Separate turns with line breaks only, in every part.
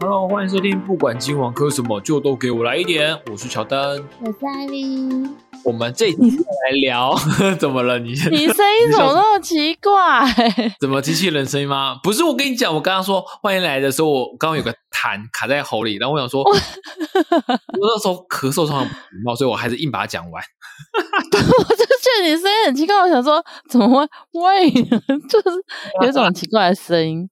Hello，欢迎收听，不管今晚喝什么，就都给我来一点。我是乔丹，
我是艾米。
我们这一集来聊 怎么了？你
你声音怎么那么奇怪？
怎么机器人声音吗？不是，我跟你讲，我刚刚说欢迎来的时候，我刚刚有个痰卡在喉里，然后我想说，我那时候咳嗽上礼貌，所以我还是硬把它讲完。
我就觉得你声音很奇怪，我想说怎么会喂，就是有一种奇怪的声音。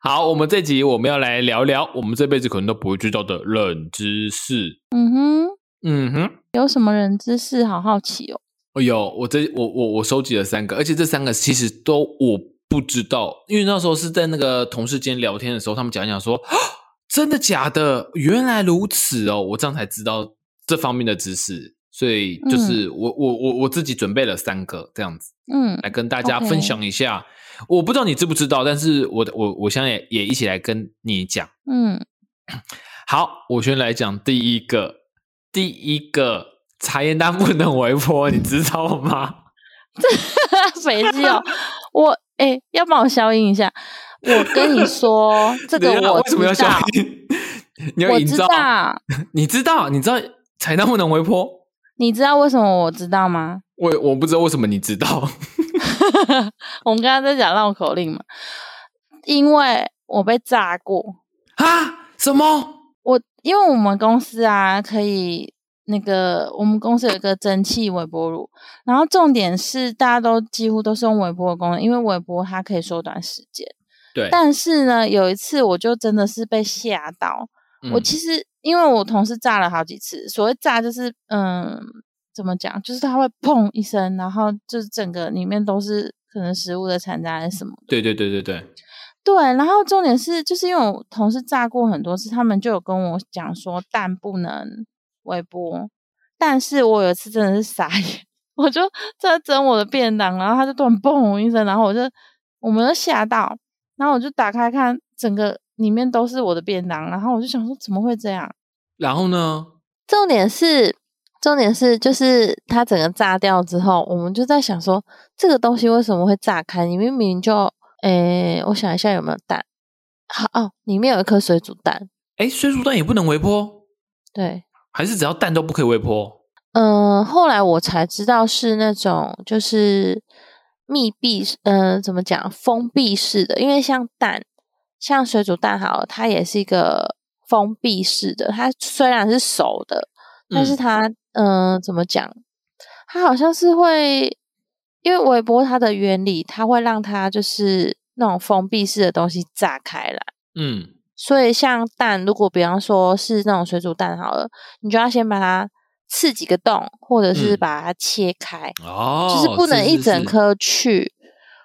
好，我们这集我们要来聊聊我们这辈子可能都不会知道的冷知识。
嗯哼，
嗯哼，
有什么人知识？好好奇哦。
哦有我这我我我收集了三个，而且这三个其实都我不知道，因为那时候是在那个同事间聊天的时候，他们讲一讲说，啊真的假的，原来如此哦，我这样才知道这方面的知识，所以就是我、我我我自己准备了三个这样子
嗯，
来跟大家
OK
分享一下。我不知道你知不知道，但是我我我现在也也一起来跟你讲。
嗯，
好，我先来讲第一个，第一个茶叶蛋不能微波，你知道吗？
肥鸡哦，我哎、要帮我消音一下。我跟你说，这个
等一下
我
为什么要
知道
小心？ 你要
我
营
知
造，
道，
你知道，你知道彩蛋不能回坡。
你知道为什么我知道吗？
我我不知道为什么你知道，
我们刚刚在讲绕口令嘛，因为我被炸过，
啊？什么？
我因为我们公司啊，可以那个我们公司有一个蒸汽微波炉，然后重点是大家都几乎都是用微波的功能，因为微波它可以缩短时间。
对，
但是呢，有一次我就真的是被吓到，
嗯
我其实因为我同事炸了好几次，所谓炸就是嗯，怎么讲，就是它会砰一声，然后就是整个里面都是可能食物的残渣还是什么。
对对对对对，
对，然后重点是，就是因为我同事炸过很多次，他们就有跟我讲说蛋不能微波，但是我有一次真的是傻眼，我就在蒸我的便当，然后他就突然嘣一声，然后我就我们就吓到，然后我就打开看，整个里面都是我的便当，然后我就想说怎么会这样？
然后呢？
重点是，重点是，就是它整个炸掉之后，我们就在想说，这个东西为什么会炸开？你明明就，诶、我想一下有没有蛋，好哦，里面有一颗水煮蛋，
哎，水煮蛋也不能微波，
对，
还是只要蛋都不可以微波？
嗯、后来我才知道是那种就是密闭式，呃，怎么讲，封闭式的，因为像蛋，像水煮蛋好了，它也是一个封闭式的，它虽然是熟的，但是
嗯
它，嗯、怎么讲？它好像是会，因为微波它的原理，它会让它就是那种封闭式的东西炸开来。
嗯，
所以像蛋，如果比方说是那种水煮蛋好了，你就要先把它刺几个洞，或者是
嗯
把它切开，
哦，
就是不能一整
是。
颗去。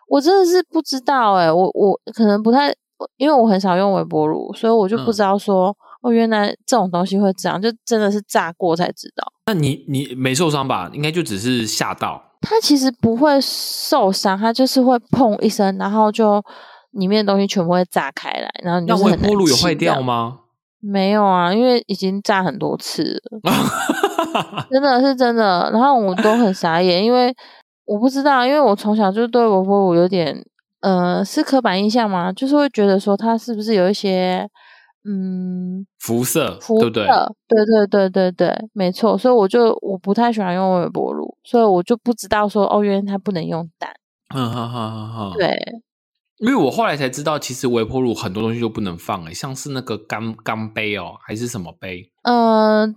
我真的是不知道哎、我我可能不太，因为我很少用微波炉，所以我就不
嗯
知道说、哦，原来这种东西会这样，就真的是炸过才知道。
那你你没受伤吧？应该就只是吓到。
它其实不会受伤，它就是会砰一声，然后就里面的东西全部会炸开来，然后你
那
就是
微
很难
波炉有
清
坏
这样
掉？吗？
没有啊，因为已经炸很多次了，真的是真的。然后我都很傻眼，因为我不知道，因为我从小就对微波炉有点呃是刻板印象吗？就是会觉得说它是不是有一些嗯
辐射，
辐
对不对？
射对对对对对，没错。所以我就我不太喜欢用微波炉，所以我就不知道说哦，原来它不能用蛋。
嗯，好好好好。
对，
因为我后来才知道，其实微波炉很多东西都不能放、欸，像是那个钢钢杯哦，还是什么杯，
呃，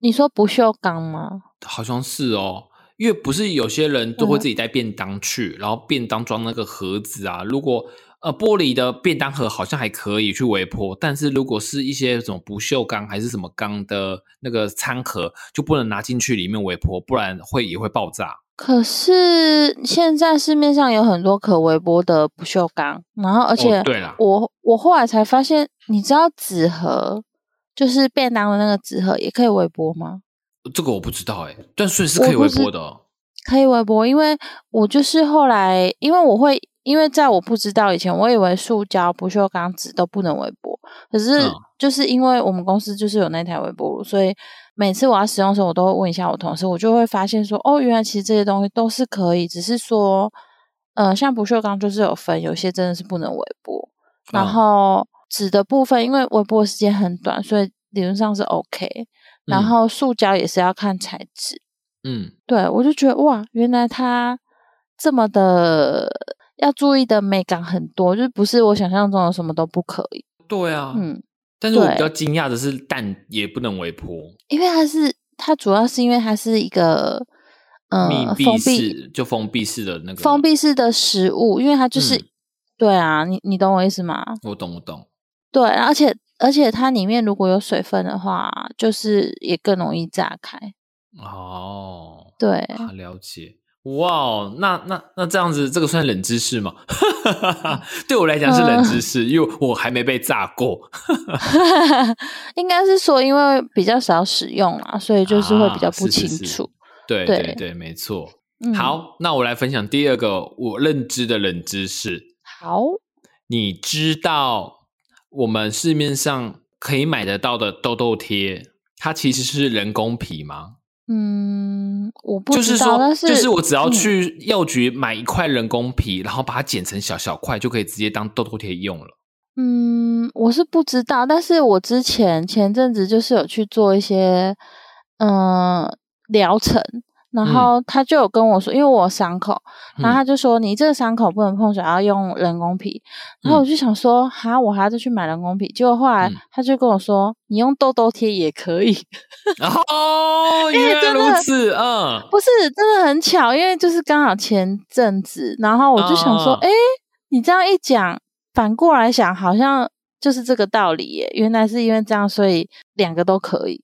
你说不锈钢吗？
好像是哦。因为不是有些人都会
嗯
自己带便当去，然后便当装那个盒子啊。如果呃玻璃的便当盒好像还可以去微波，但是如果是一些什么不锈钢还是什么钢的那个餐盒，就不能拿进去里面微波，不然会也会爆炸。
可是现在市面上有很多可微波的不锈钢，然后而且
哦、对啦，
我、我后来才发现，你知道纸盒就是便当的那个纸盒也可以微波吗？
这个我不知道哎、但所以是可以
我
微
不知
波的哦、
可以微波，因为我就是后来，因为我会，因为在我不知道以前，我以为塑胶、不锈钢纸都不能微波，可是
嗯
就是因为我们公司就是有那台微波炉，所以每次我要使用的时候，我都会问一下我同事，我就会发现说，哦，原来其实这些东西都是可以，只是说，呃，像不锈钢就是有分，有些真的是不能微波，然
嗯
后纸的部分，因为微波的时间很短，所以理论上是 OK。然
嗯
后塑胶也是要看材质，
嗯
对我就觉得哇，原来它这么的要注意的美感很多，就是不是我想象中的什么都不可以。
对啊，
嗯，
但是我
对
比较惊讶的是蛋也不能微波，
因为它是它主要是因为它是一个嗯、
密
呃、
闭
封闭
式就封闭式的那个
封，闭式的食物，因为它就是、
嗯
对啊，你你懂我意思吗？
我懂我懂，
对，而且而且它里面如果有水分的话，就是也更容易炸开。
哦，
对，
啊了解。哇哦，那那那这样子，这个算冷知识吗？ 对我来讲是冷
嗯
知识，因为我还没被炸过，
应该是说因为比较少使用啦，所以就是会比较
啊
不
是是
清
是
楚。
对
对
对对，没错。
嗯，
好，那我来分享第二个我认知的冷知识。
好，
你知道我们市面上可以买得到的痘痘贴，它其实是人工皮吗？
嗯，我不
就是
知
说，
道，但
就是我只要
嗯
去药局买一块人工皮，然后把它剪成小小块，就可以直接当痘痘贴用了。
嗯，我是不知道，但是我之前前阵子就是有去做一些嗯疗程，然
嗯
后他就有跟我说，因为我有伤口，然后
嗯
他就说你这个伤口不能碰水，要用人工皮。然后我就想说，哈，我还要再去买人工皮。结果后来
嗯
他就跟我说，你用痘痘贴也可以。
哦，
为
原来
真
如
的
此，嗯，
不是，真的很巧，因为就是刚好前阵子，然后我就想说，
啊
诶，你这样一讲，反过来想，好像就是这个道理耶。原来是因为这样，所以两个都可以。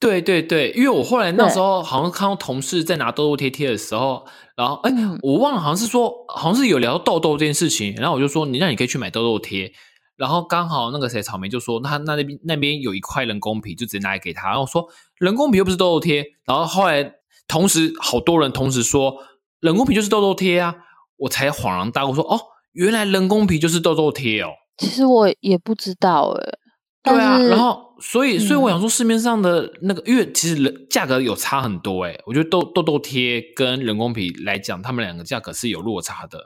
对对对，因为我后来那
对
时候好像看到同事在拿痘痘贴贴的时候，然后哎、
嗯
我忘了好像是说好像是有聊到痘痘这件事情，然后我就说你那你可以去买痘痘贴，然后刚好那个谁草莓就说那他那那边那边有一块人工皮，就直接拿来给他，然后我说人工皮又不是痘痘贴，然后后来同时好多人同时说人工皮就是痘痘贴啊，我才恍然大悟说哦，原来人工皮就是痘痘贴哦。
其实我也不知道诶，但
对啊，
是
然后所以所以我
嗯
想说，市面上的那个，因为其实人价格有差很多诶、欸我觉得痘痘痘贴跟人工皮来讲，他们两个价格是有落差的。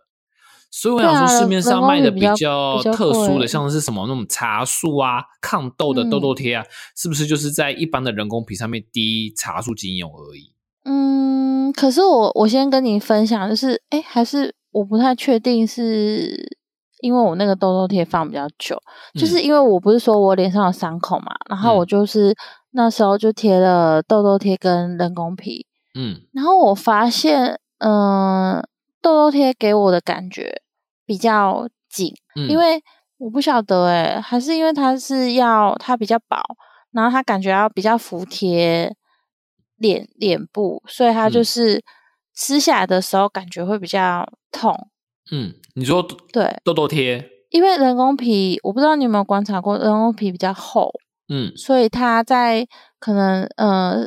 所以我
对
想
啊
说，市
人
面
人
上
工
卖
皮
的
比较
较
比较
特殊的，
贵
像是什么那种茶树啊、抗痘的痘痘
嗯
贴啊，是不是就是在一般的人工皮上面滴茶树精油而已？
嗯，可是我我先跟你分享，就是诶，还是我不太确定是。因为我那个痘痘贴放比较久，就是
嗯
因为我不是说我脸上有伤口嘛，然后我
嗯
就是那时候就贴了痘痘贴跟人工皮，
嗯，
然后我发现，嗯、痘痘贴给我的感觉比较紧，
嗯
因为我不晓得诶、还是因为它是要它比较薄，然后它感觉要比较服帖脸脸部，所以它就
嗯
是吃下来的时候感觉会比较痛，
嗯，你说
对。
痘痘贴，
因为人工皮，我不知道你有没有观察过，人工皮比较厚，
嗯
所以它在可能呃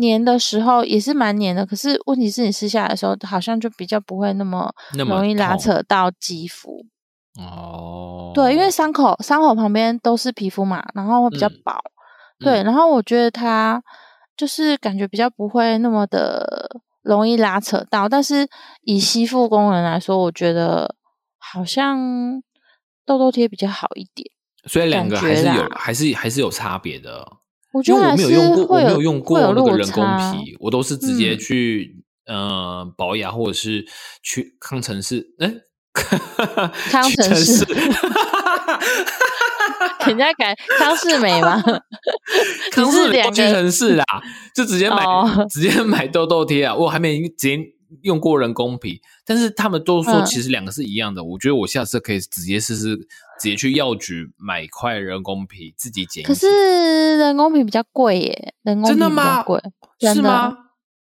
粘的时候也是蛮粘的，可是问题是你撕下来的时候，好像就比较不会那么
那么
容易拉
痛
扯到肌肤。
哦，
对，因为伤口伤口旁边都是皮肤嘛，然后会比较
嗯
薄。对，然后我觉得它就是感觉比较不会那么的容易拉扯到，但是以吸附功能来说，我觉得好像痘痘贴比较好一点。
所以两个
感
还
觉
是有
啦
还是还是有差别的。哦
我觉
因为
得
我
还
没有
是
用过，我
会
没
有
有用过
会有
那
落
个人工
差，
皮，我都是直接
嗯
去、呃保养或者是去康城市，哎、
康
屈
城
臣
市
氏
人家改康世美嘛，
康
是
氏
两
去
个
城市啦，就直接买、
哦
直接买痘痘贴啊，我还没直接用过人工皮，但是他们都说
嗯
其实两个是一样的，我觉得我下次可以直接试试，直接去药局买一块人工皮自己剪一剪。
可是人工皮比较贵耶，人工皮
真的
比较
吗
贵，真
是
的
吗？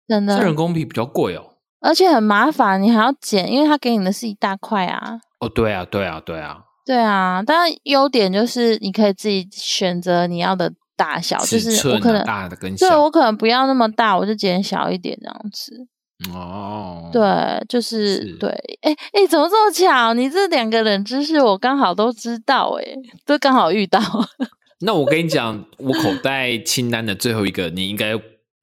真
是人
的，
工皮比较贵哦。
而且很麻烦，你还要剪，因为它给你的是一大块啊。
哦，对啊，对啊，对啊，
对啊，但优点就是你可以自己选择你要的大小，就
尺
是
寸
我
啊
可能
大的跟
对哦
小
我可能不要那么大，我就剪小一点这样子。
哦，，
对，就是
是
对，哎哎，诶怎么这么巧？你这两个冷知识我刚好都知道，哎，都刚好遇到。
那我跟你讲，我口袋清单的最后一个，你应该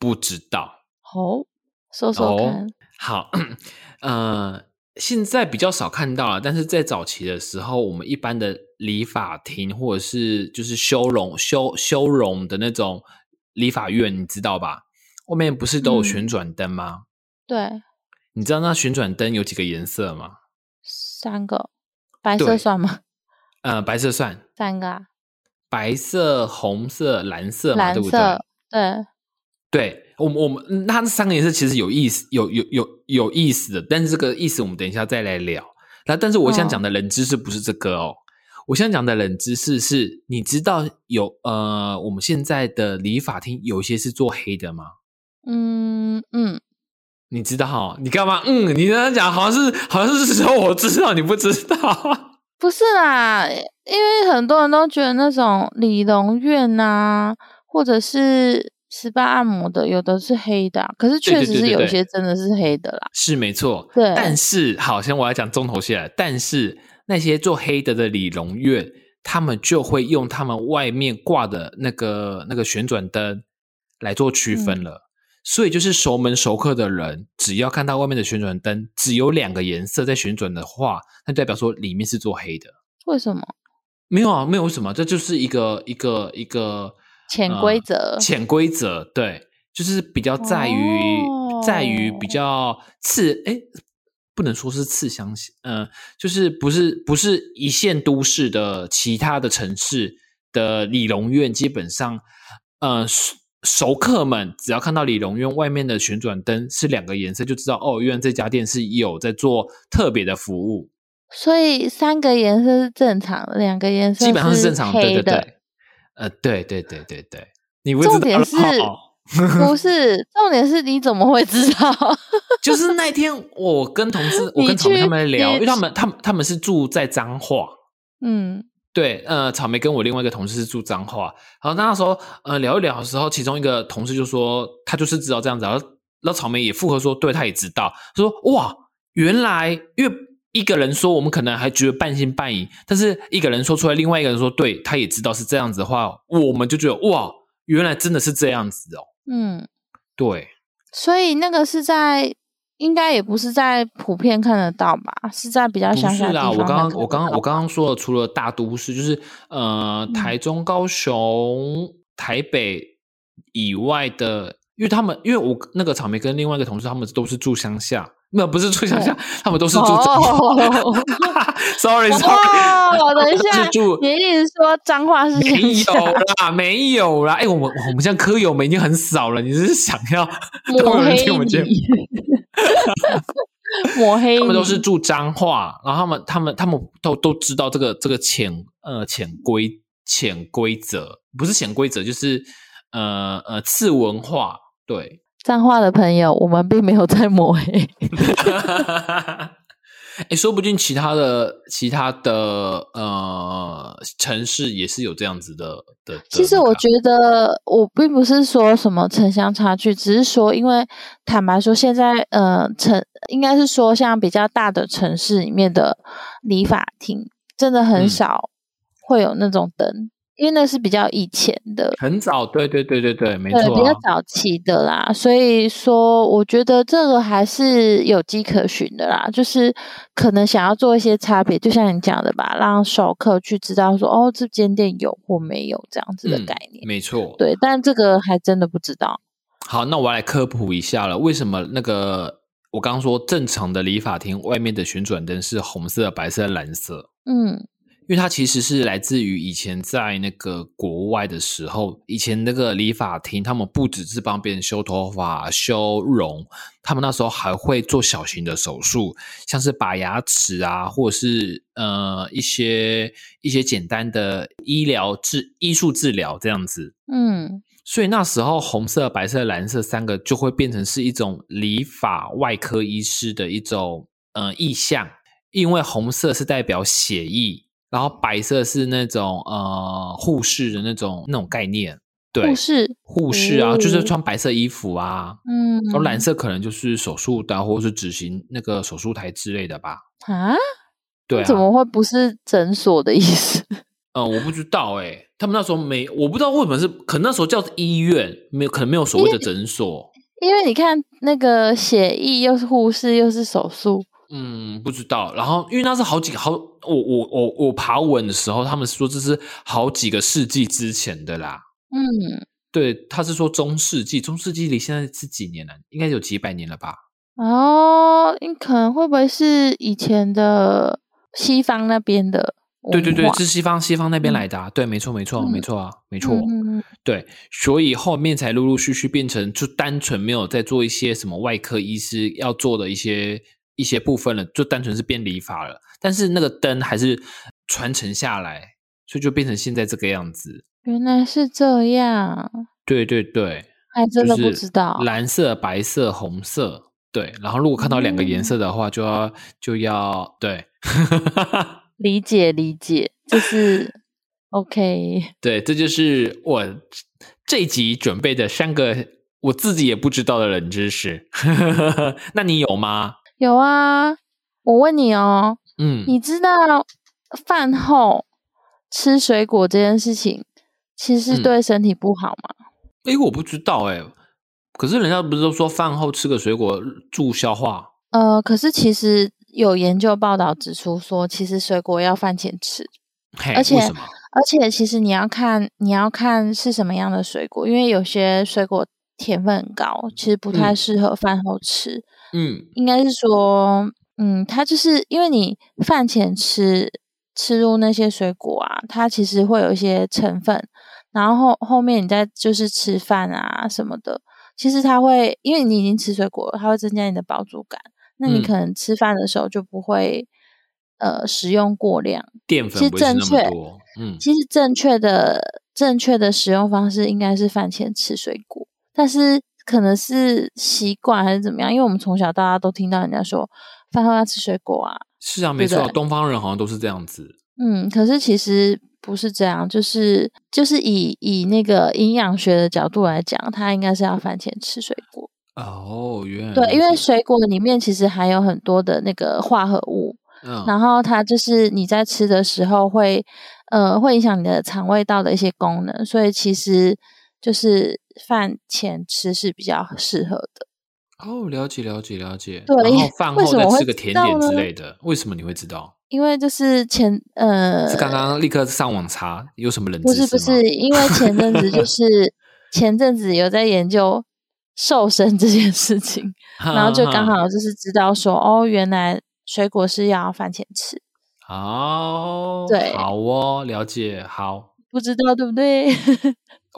不知道。
哦，说说看，
好，呃，现在比较少看到了，但是在早期的时候，我们一般的理发厅或者是就是修容修修容的那种理发院，你知道吧？外面不是都有
嗯
旋转灯吗？
对，
你知道那旋转灯有几个颜色吗？
三个，白
对
色算吗？
呃，白色算，
三个、啊，
白色、红色、蓝色嘛，
蓝
对不对？
色，对，
对我们，我们嗯那三个颜色其实有意思，有有有有意思的，但是这个意思我们等一下再来聊。那但是我想
哦
讲的冷知识不是这个哦，我想讲的冷知识是，你知道有呃，我们现在的理发厅有一些是做黑的吗？
嗯嗯，
你知道哈、你干嘛？嗯，你刚刚讲好像是好像是说我知道，你不知道。
不是啦，因为很多人都觉得那种理容院呐、或者是 SPA 按摩的，有的是黑的啊、可是
对对
确实
对
是
对
有
对
一些真的是黑的啦。
是没错，
对
但是，好，先我要讲重头戏了。但是那些做黑的的理容院，他们就会用他们外面挂的那个那个旋转灯来做区分了。所以，就是熟门熟客的人，只要看到外面的旋转灯只有两个颜色在旋转的话，那代表说里面是做黑的。
为什么？
没有啊，没有什么，这就是一个一个一个
潜
呃
规则
潜规则，对，就是比较在于、在于
哦
比较刺，哎，不能说是刺乡，呃，就是不是不是一线都市的其他的城市的理容院，基本上，呃，熟熟客们只要看到理容院外面的旋转灯是两个颜色，就知道哦，原来这家店是有在做特别的服务。
所以三个颜色是正常的，两个颜色
基本上是正常，对
黑
对
的。
对，呃，对对对对对，你不知
重
道
点
了
是
哦
不是，重点是你怎么会知道？
就是那天我跟同事，我
你
跟草莓
去
他们聊，
你
因为他们他们他们是住在彰化，
嗯，
对，呃，草莓跟我另外一个同事是住彰化，然后那时候呃聊一聊的时候，其中一个同事就说他就是知道这样子，然后然后草莓也附和说，对，他也知道，他说哇，原来因为。一个人说，我们可能还觉得半信半疑，但是一个人说出来，另外一个人说对，他也知道是这样子的话，我们就觉得哇，原来真的是这样子哦。
嗯，
对，
所以那个是在，应该也不是在普遍看得到吧？是在比较
不
乡
是
下地
啦，
方
我刚
才
刚
看
我
得
刚刚
到
我刚刚说的，除了大都市，就是呃，
嗯
台中、高雄、台北以外的，因为他们因为我那个草莓跟另外一个同事，他们都是住乡下，没有不是住乡下，他们都是住中。
哦
sorry
哦
sorry，
等一
是
下
住
你一直说脏话是
没
乡下
有啦，没有啦。哎、我们我们像科友们已经很少了，你是想要都
抹
有人
黑
听我们节目？
你，抹黑
他们都是
你
住彰化，然后他们他们他们都都知道这个这个潜呃潜规潜规则，不是潜规则，就是呃呃次文化，对。
脏话的朋友，我们并没有在抹黑。
哎、说不定其他的其他的呃城市也是有这样子的的。的
其实
那个
我
啊
觉得，我并不是说什么城乡差距，只是说，因为坦白说，现在呃城应该是说，像比较大的城市里面的理发厅，真的
嗯
很少会有那种灯，因为那是比较以前的，
很早，对对对对对，没
对，
错、
比
啊
较。早期的啦，所以说我觉得这个还是有迹可循的啦，就是可能想要做一些差别，就像你讲的吧，让熟客去知道说哦，这间店有或没有这样子的
嗯
概念。
没错，
对，但这个还真的不知道。
好，那我来科普一下了，为什么那个我刚刚说正常的理发厅外面的旋转灯是红色、白色、蓝色？
嗯
因为它其实是来自于以前在那个国外的时候，以前那个理发厅，他们不只是帮别人修头发、修容，他们那时候还会做小型的手术，像是拔牙齿啊，或者是呃一些一些简单的医疗治医术治疗这样子。
嗯，
所以那时候红色、白色、蓝色三个就会变成是一种理法外科医师的一种呃意向，因为红色是代表血意，然后白色是那种呃护士的那种那种概念，对
护，士，
护士啊，
哦
就是穿白色衣服啊，
嗯，
然后蓝色可能就是手术刀或是执行那个手术台之类的吧，
啊，
对啊，
怎么会不是诊所的意思？
呃，我不知道哎、他们那时候没，我不知道为什么是，可能那时候叫医院，没有，可能没有所谓的诊所。
因为你看那个血液又是护士又是手术，
嗯，不知道。然后因为那是好几个好，我我我我爬文的时候，他们说这是好几个世纪之前的啦。
嗯
对，他是说中世纪，中世纪离现在是几年了？应该有几百年了吧？
然后你哦可能会不会是以前的西方那边的
对对对
文，化
是西方西方那边
嗯
来的、啊。对，没错，没错，没
嗯
错啊，没错。
嗯嗯嗯
对，所以后面才陆陆续续变成就单纯没有在做一些什么外科医师要做的一些一些部分了，就单纯是变理法了。但是那个灯还是传承下来，所以就变成现在这个样子。
原来是这样，
对对对，
还真的不知道。
蓝色、白色、红色。对，然后如果看到两个颜
嗯
色的话，就要就要对
理解理解，就是 OK。
对，这就是我这一集准备的三个我自己也不知道的冷知识。 那你有吗？
有啊，我问你哦，
嗯，
你知道饭后吃水果这件事情，其实
嗯
对身体不好吗？
诶，我不知道诶，可是人家不是都说饭后吃个水果助消化？
呃，可是其实有研究报道指出说，其实水果要饭前吃，
嘿，
而且
为什么？
而且其实你要看你要看是什么样的水果，因为有些水果甜分很高，其实不太
嗯
适合饭后吃。
嗯
应该是说，嗯，它就是因为你饭前吃吃入那些水果啊，它其实会有一些成分，然后后后面你再就是吃饭啊什么的，其实它会因为你已经吃水果了，它会增加你的饱足感，那你
嗯
可能吃饭的时候就不会、呃食用过量。
淀
其
粉
实
不会吃
正
那么
确
多。嗯，
其实正确的正确的使用方式应该是饭前吃水果，但是可能是习惯还是怎么样，因为我们从小到大都听到人家说饭后要吃水果啊，
是啊，没
对
错
不
啊，
对
东方人好像都是这样子。
嗯，可是其实不是这样，就是就是以以那个营养学的角度来讲，它应该是要饭前吃水果，
哦，原来
对，
如
因为
此
水果里面其实含有很多的那个化合物，
嗯
然后它就是你在吃的时候会，呃，会影响你的肠胃道的一些功能，所以其实就是饭前吃是比较适合的。
哦，了解了解了解。
对
然
因
后
为
饭
为
后
什
再
么
吃
会
个
知
甜
道
点之
呢
类的，为什么你会知道？
因为就是前呃，
是刚刚立刻上网查有什么冷知
不
识吗？
是不是，因为前阵子就是 前阵子有在研究瘦身这件事情，
哈，
然后就刚
哈
好就是知道说，哦，原来水果是要饭前吃，
哦，
对
好哦，了解，好。
不知道对不对？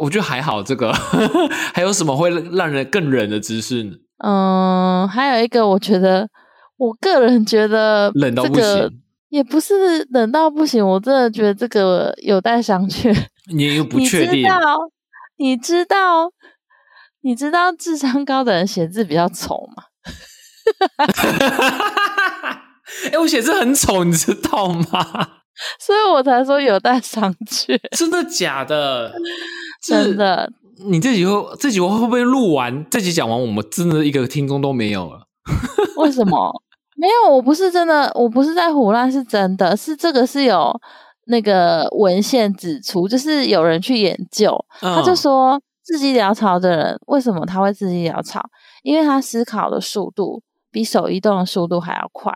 我觉得还好，这个 还有什么会让人更忍的知识呢？
嗯，还有一个，我觉得我个人觉得
冷到
这
不
个
行，
也不是冷到不行，我真的觉得这个有待商榷。
你又不
你
确
知
定，
道，你知道，你知道智商高的人写字比较丑吗？
哎、我写字很丑，你知道吗？
所以我才说有待商榷。
真的假的？
真。的，
你这集会这集会不会录完？这集讲完，我们真的一个听众都没有了。
为什么？没有，我不是真的，我不是在胡乱，是真的，是这个是有那个文献指出，就是有人去研究，他就
嗯
说自己潦草的人为什么他会自己潦草？因为他思考的速度比手移动的速度还要快，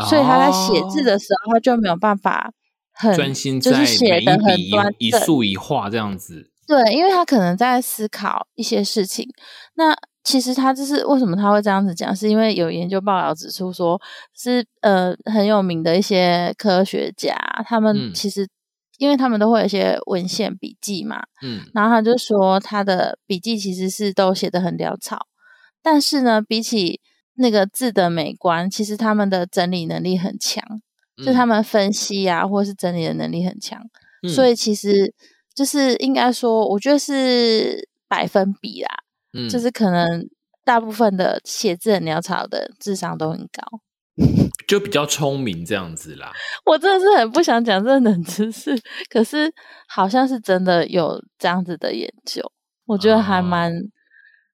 嗯
所以他在写字的时候他就没有办法很
哦专心
就
在
是写
每
的很
一笔
端
一一
正。
竖一画这样子。
对，因为他可能在思考一些事情。那其实他就是为什么他会这样子讲，是因为有研究报道指出说，是呃很有名的一些科学家，他
嗯
们其实、因为他们都会有一些文献笔记嘛，
嗯
然后他就说他的笔记其实是都写得很潦草，但是呢，比起那个字的美观，其实他们的整理能力很强，就他
们，
们分析啊，或是整理的能力很强，
嗯
所以其实就是应该说，我觉得是百分比啦，
嗯
就是可能大部分的写字很潦草的人智商都很高。
就比较聪明这样子啦。
我真的是很不想讲这冷知识，可
哦
是好像是真的有这样子的研究，我觉得还蛮、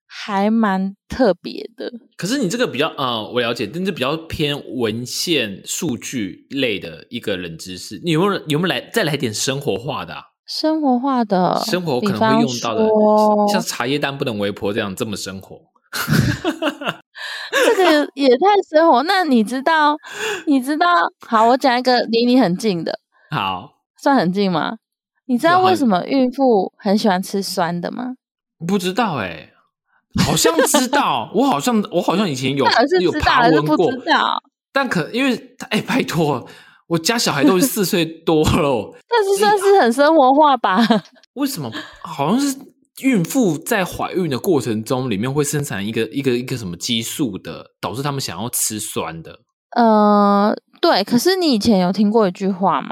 还蛮特别的。
可是你这个比较啊、呃我了解，但是比较偏文献数据类的一个冷知识。你有没有有没有来再来点生活化的、啊？
生活化的，
生活
哦比
可能会
方
用到的
说，
像茶叶蛋不能为婆这样这么生活。
这个也太生活。那你知道，你知道，好，我讲一个离你很近的，
好，
算很近吗？你知
有
道为
很
什么孕妇很喜欢吃酸的吗？
不知道哎、好像知道，我好像我好像以前有
到底是
有
知道
爬
还是
文
不
过
知，道？
但可因为哎、拜托，我家小孩都四岁多了，
但是算是很生活化吧？
为什么好像是孕妇在怀孕的过程中里面会生产一个一个一个什么激素的，导致他们想要吃酸的，
呃，对。可是你以前有听过一句话吗？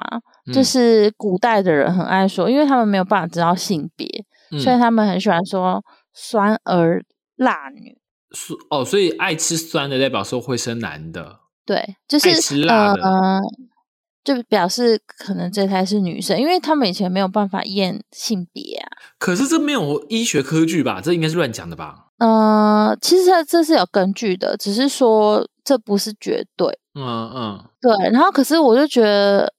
嗯
就是古代的人很爱说，因为他们没有办法知道性别，所以
嗯，
他们很喜欢说“酸儿辣女
所哦，所以爱吃酸的代表说会生男的，”。
对，就
爱
是
吃辣的
呃，就表示可能这胎是女生，因为他们以前没有办法验性别啊。
可是这没有医学科据吧？这应该是乱讲的吧？
呃，其实这这是有根据的，只是说这不是绝对。
嗯嗯，
对，然后可是我就觉得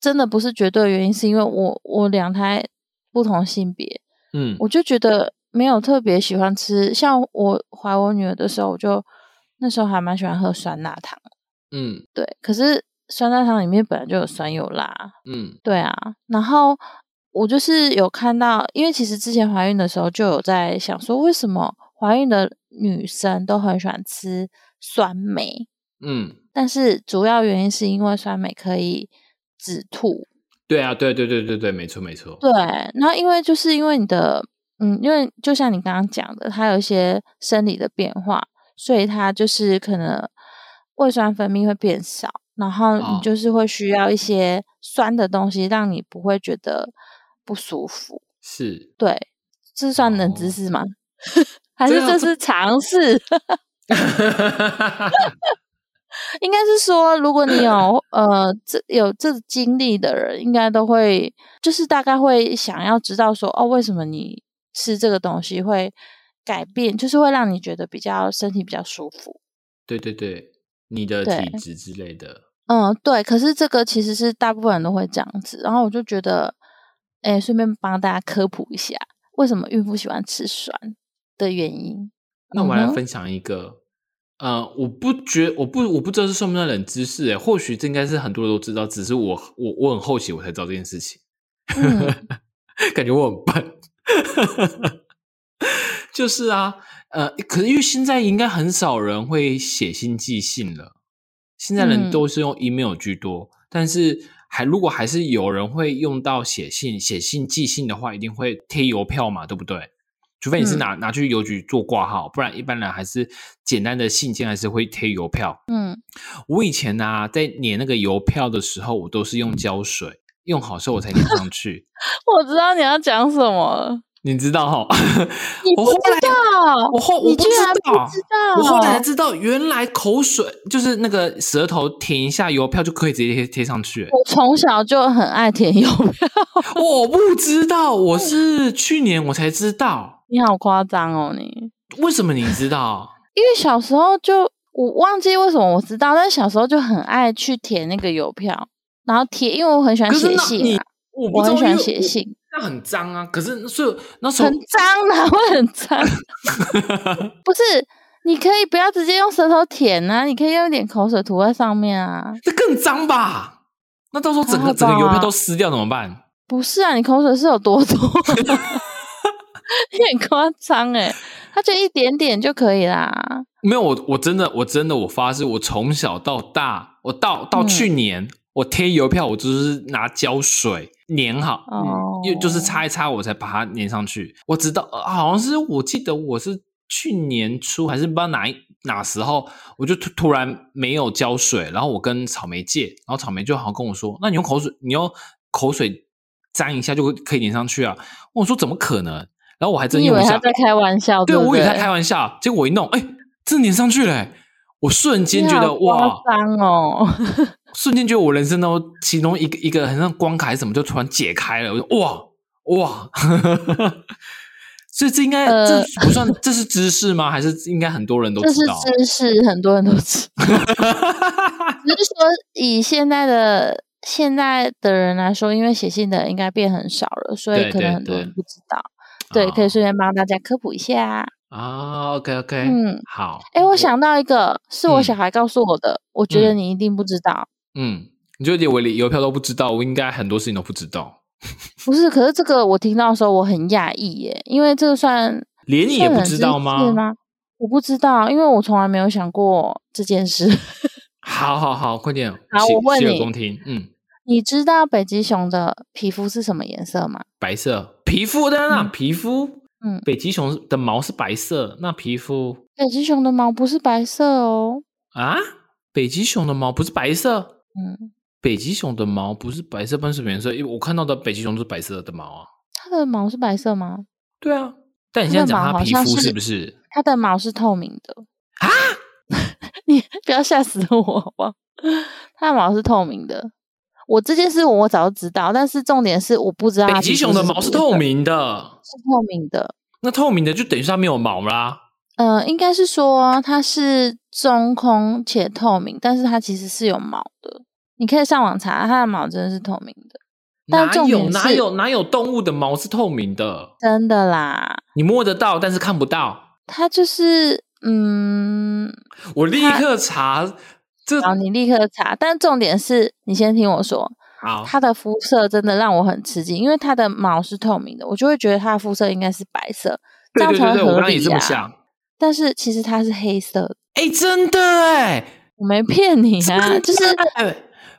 真的不是绝对的原因，是因为我我两胎不同性别，
嗯，
我就觉得没有特别喜欢吃。像我怀我女儿的时候，我就那时候还蛮喜欢喝酸辣汤，
嗯
对。可是酸辣汤里面本来就有酸有辣，
嗯
对啊。然后我就是有看到，因为其实之前怀孕的时候就有在想说，为什么怀孕的女生都很喜欢吃酸梅？
嗯，
但是主要原因是因为酸梅可以止吐，
对啊，对对对对对，没错没错，
对。然后因为就是因为你的，嗯，因为就像你刚刚讲的，它有一些生理的变化，所以它就是可能胃酸分泌会变少，然后
哦
你就是会需要一些酸的东西，让你不会觉得不舒服。
是。
对，这算冷
哦
知识吗？ 还
这
是
样
这
这
是尝试？应该是说，如果你有呃这有这经历的人，应该都会就是大概会想要知道说，哦，为什么你吃这个东西会改变，就是会让你觉得比较身体比较舒服。
对对对，你的
对
体质之类的，
嗯，对。可是这个其实是大部分人都会这样子，然后我就觉得，哎，顺便帮大家科普一下，为什么孕妇喜欢吃酸的原因。
那我来
嗯哼
分享一个，呃，我不觉，我不，我不知道这算不算冷知识、欸，或许这应该是很多人都知道，只是我，我，我很好奇，我才知道这件事情，
嗯
感觉我很笨。 就是啊，呃，可是因为现在应该很少人会写信寄信了，现在人
嗯
都是用 email 居多，但是还如果还是有人会用到写信、写信寄信的话，一定会贴邮票嘛，对不对？除非你是
嗯
拿、拿去邮局做挂号，不然一般人还是简单的信件还是会贴邮票。
嗯
我以前啊，在粘那个邮票的时候，我都是用胶水，用好之后我才粘上去。
我知道你要讲什么了，
你知道哈？
你
我
不
后
知
来
道，
我后我
哦你
不
居
知
然
道
不知道，
我后来才知道，原来口水就是那个舌头舔一下邮票就可以直接贴贴上去、欸
我从小就很爱填邮票，
我不知道，
哦
我是去年我才知道。
你好夸张哦你！
为什么你知道？
因为小时候就我忘记为什么我知道，但是小时候就很爱去填那个邮票，然后贴，因为我 很喜欢
可是
写
那
信、
你
啊，
我不
我
知道
很
因
喜欢
为
写
我
信，
那很脏啊。可是所以那时候
很脏啦，会很脏。 不是，你可以不要直接用舌头舔啊，你可以用一点口水涂在上面啊。
那更脏吧？那到时候整
还
个
好吧
整个邮票都撕掉怎么办？
不是啊，你口水是有多多？ 你很夸张哎，它就一点点就可以啦。
没有，我我真的我真的我发誓，我从小到大，我到到
嗯
去年，我贴邮票，我就是拿胶水粘好，
哦
又、就是擦一擦，我才把它粘上去。我直到、呃好像是我记得我是去年初还是不知道哪一哪时候，我就突突然没有胶水，然后我跟草莓借，然后草莓就好像跟我说：“那你用口水，你用口水沾一下就可以粘上去啊。”我说：“怎么可能？”然后我还真
你以
用
为
一
他
下，
在开玩笑？
对
不
我以为他
对
开玩笑，结果我一弄，哎、真粘上去了、欸我瞬间
你
觉得
好夸
哇，
张哦！
瞬间觉得我人生都其中一个一个很像关卡还是什么，就突然解开了。我就哇哇， 所以这应该、
呃
这不算这是知识吗？还是应该很多人都
这
知
是
道？
知识，很多人都知 道。只是说，以现在的现在的人来说，因为写信的人应该变很少了，所
对
以可
对
能很多
对
人不知道。对，可以顺便帮大家科普一下。
啊。OK OK，
嗯，
好。
哎，我想到一个，是我小
嗯
孩告诉我的，我觉得
嗯
你一定不知道。
嗯，你就连我连邮票都不知道，我应该很多事情都不知道，
不是，可是这个我听到的时候我很讶异耶，因为这个算
连你也
算
不
冷
知
知
道
识
吗？
吗？我不知道，因为我从来没有想过这件事。
好好好，快点，
好
洗
我问
洗耳
你
恭听。嗯，
你知道北极熊的皮肤是什么颜色吗？
白色皮肤当然啦，
嗯
皮肤。
嗯
北极熊的毛是白色，那皮肤
北极熊的毛不是白色哦。
啊？北极熊的毛不是白色？
嗯，
北极熊的毛不是白色，不然是什么颜色？因为我看到的北极熊都是白色的毛啊。
它的毛是白色吗？
对啊，但你现在讲
它的毛
它
好
皮
像
肤
是
是不是？
它的毛是透明的
啊！
你不要吓死我好不好？它的毛是透明的。我这件事我早就知道，但是重点是我不知道它
北极
皮肤
熊的
什么
毛是
颜
透
色，
明的，
是透明的。
那透明的就等于是它没有毛啦。
呃，应该是说它是中空且透明，但是它其实是有毛的。你可以上网查，它的毛真的是透明的， 但
哪
重
有
点
哪
是
有哪有动物的毛是透明的？
真的啦。
你摸得到，但是看不到。
它就是嗯，
我立刻查这
好，你立刻查。但重点是你先听我说，
好
它的肤色真的让我很吃惊，因为它的毛是透明的，我就会觉得它的肤色应该是白色，这
对
样
对对
才会
对，我
合
刚刚也
理啊
这么
呀、
想。
但是其实它是黑色的，
哎，真的哎，
我没骗你 啊，
真
就是
的哎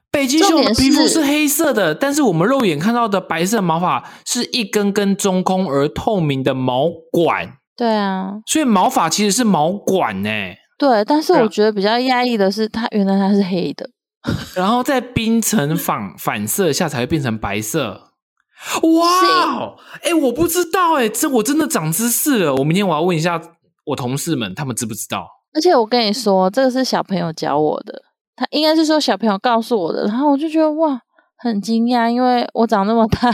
北极熊
重
的
点
皮肤
是
是黑色的，但是我们肉眼看到的白色毛发是一根根中空而透明的毛管，
对啊，
所以毛发其实是毛管哎。
对。但是
对啊
我觉得比较压抑的是，它原来它是黑的。
然后在冰层反反射下才会变成白色。哇哦，哎、我不知道哎、这我真的长知识了。我明天我要问一下我同事们，他们知不知道？
而且我跟你说，这个是小朋友教我的，他应该是说小朋友告诉我的，然后我就觉得哇，很惊讶，因为我长那么大，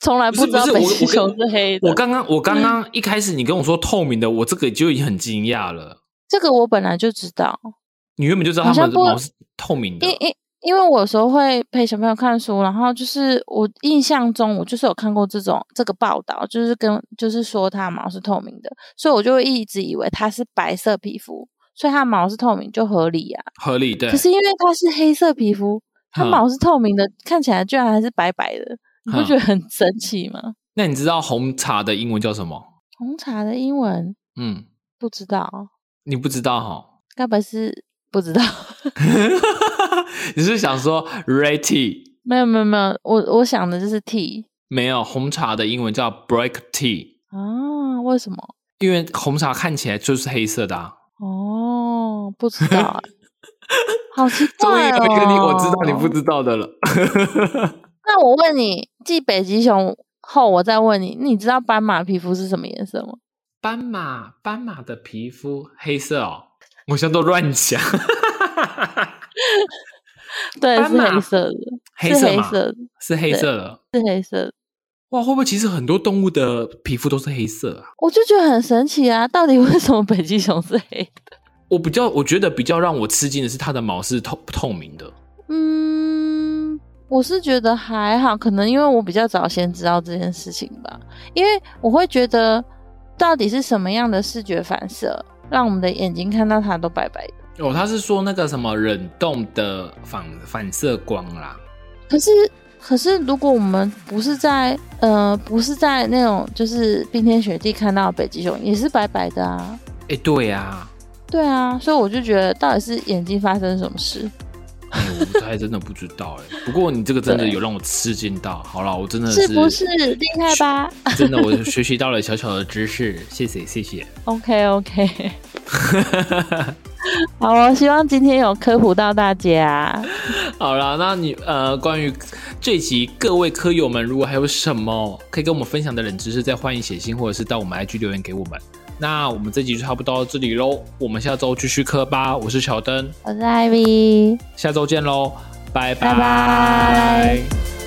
从来
不
知
是
道
不是
北
我
极
我
熊是黑的。
我刚刚我刚刚一开始你跟我说透明的，我这个就已经很惊讶了。
这个我本来就知道，
你原本就知道他
好
们
像
的
不
毛是透明的
因因因为我有时候会陪小朋友看书，然后就是我印象中我就是有看过这种这个报道，就是跟就是说它的毛是透明的，所以我就会一直以为它是白色皮肤，所以它的毛是透明就合理啊。
合理对
可，是因为它是黑色皮肤，它
嗯
毛是透明的，看起来居然还是白白的，你不觉得很神奇吗？
那你知道红茶的英文叫什么？
红茶的英文
嗯，
不知道，
你不知道哈？
该不会是不知道？
你是想说 red tea？
没有没有没有，我我想的就是 tea
没有，红茶的英文叫 black tea。
啊？为什么？
因为红茶看起来就是黑色的、啊。
哦，不知 道、啊，好奇
终于
怪
有
哦！
一个你我知道你不。知道的了。
那我问你，继北极熊后，我再问你，你知道斑马皮肤是什么颜色吗？
斑马，斑马的皮肤黑色哦，我现在都乱讲。
对，
斑
是
马
黑色的，
黑
是
色
黑
嘛，
色的，
是黑色的。
是黑色的。
哇，会不会其实很多动物的皮肤都是黑色啊？
我就觉得很神奇啊！到底为什么北极熊是黑的？
我比较，我觉得比较让我吃惊的是它的毛是透透明的。
嗯，我是觉得还好，可能因为我比较早先知道这件事情吧，因为我会觉得到底是什么样的视觉反射让我们的眼睛看到它都白白的。
哦，他是说那个什么冷冻的反反射光啦。
可是，可是如果我们不是在呃不是在那种就是冰天雪地看到的北极熊，也是白白的啊。
哎，对啊，
对啊，所以我就觉得到底是眼睛发生什么事？
哎，我不太真的不知道哎。不过你这个真的
对
有让我吃惊到。好了，我真的
是不是厉害吧
真的，我学习到了小小的知识，谢谢谢谢。
？OK OK。好哦，希望今天有科普到大家。
好了，那你呃，关于这集各位科友们，如果还有什么可以跟我们分享的冷知识，再欢迎写信或者是到我们 IG 留言给我们。那我们这集就差不多到这里喽，我们下周继续科吧。我是小灯，
我是 Ivy。
下周见喽，拜
拜拜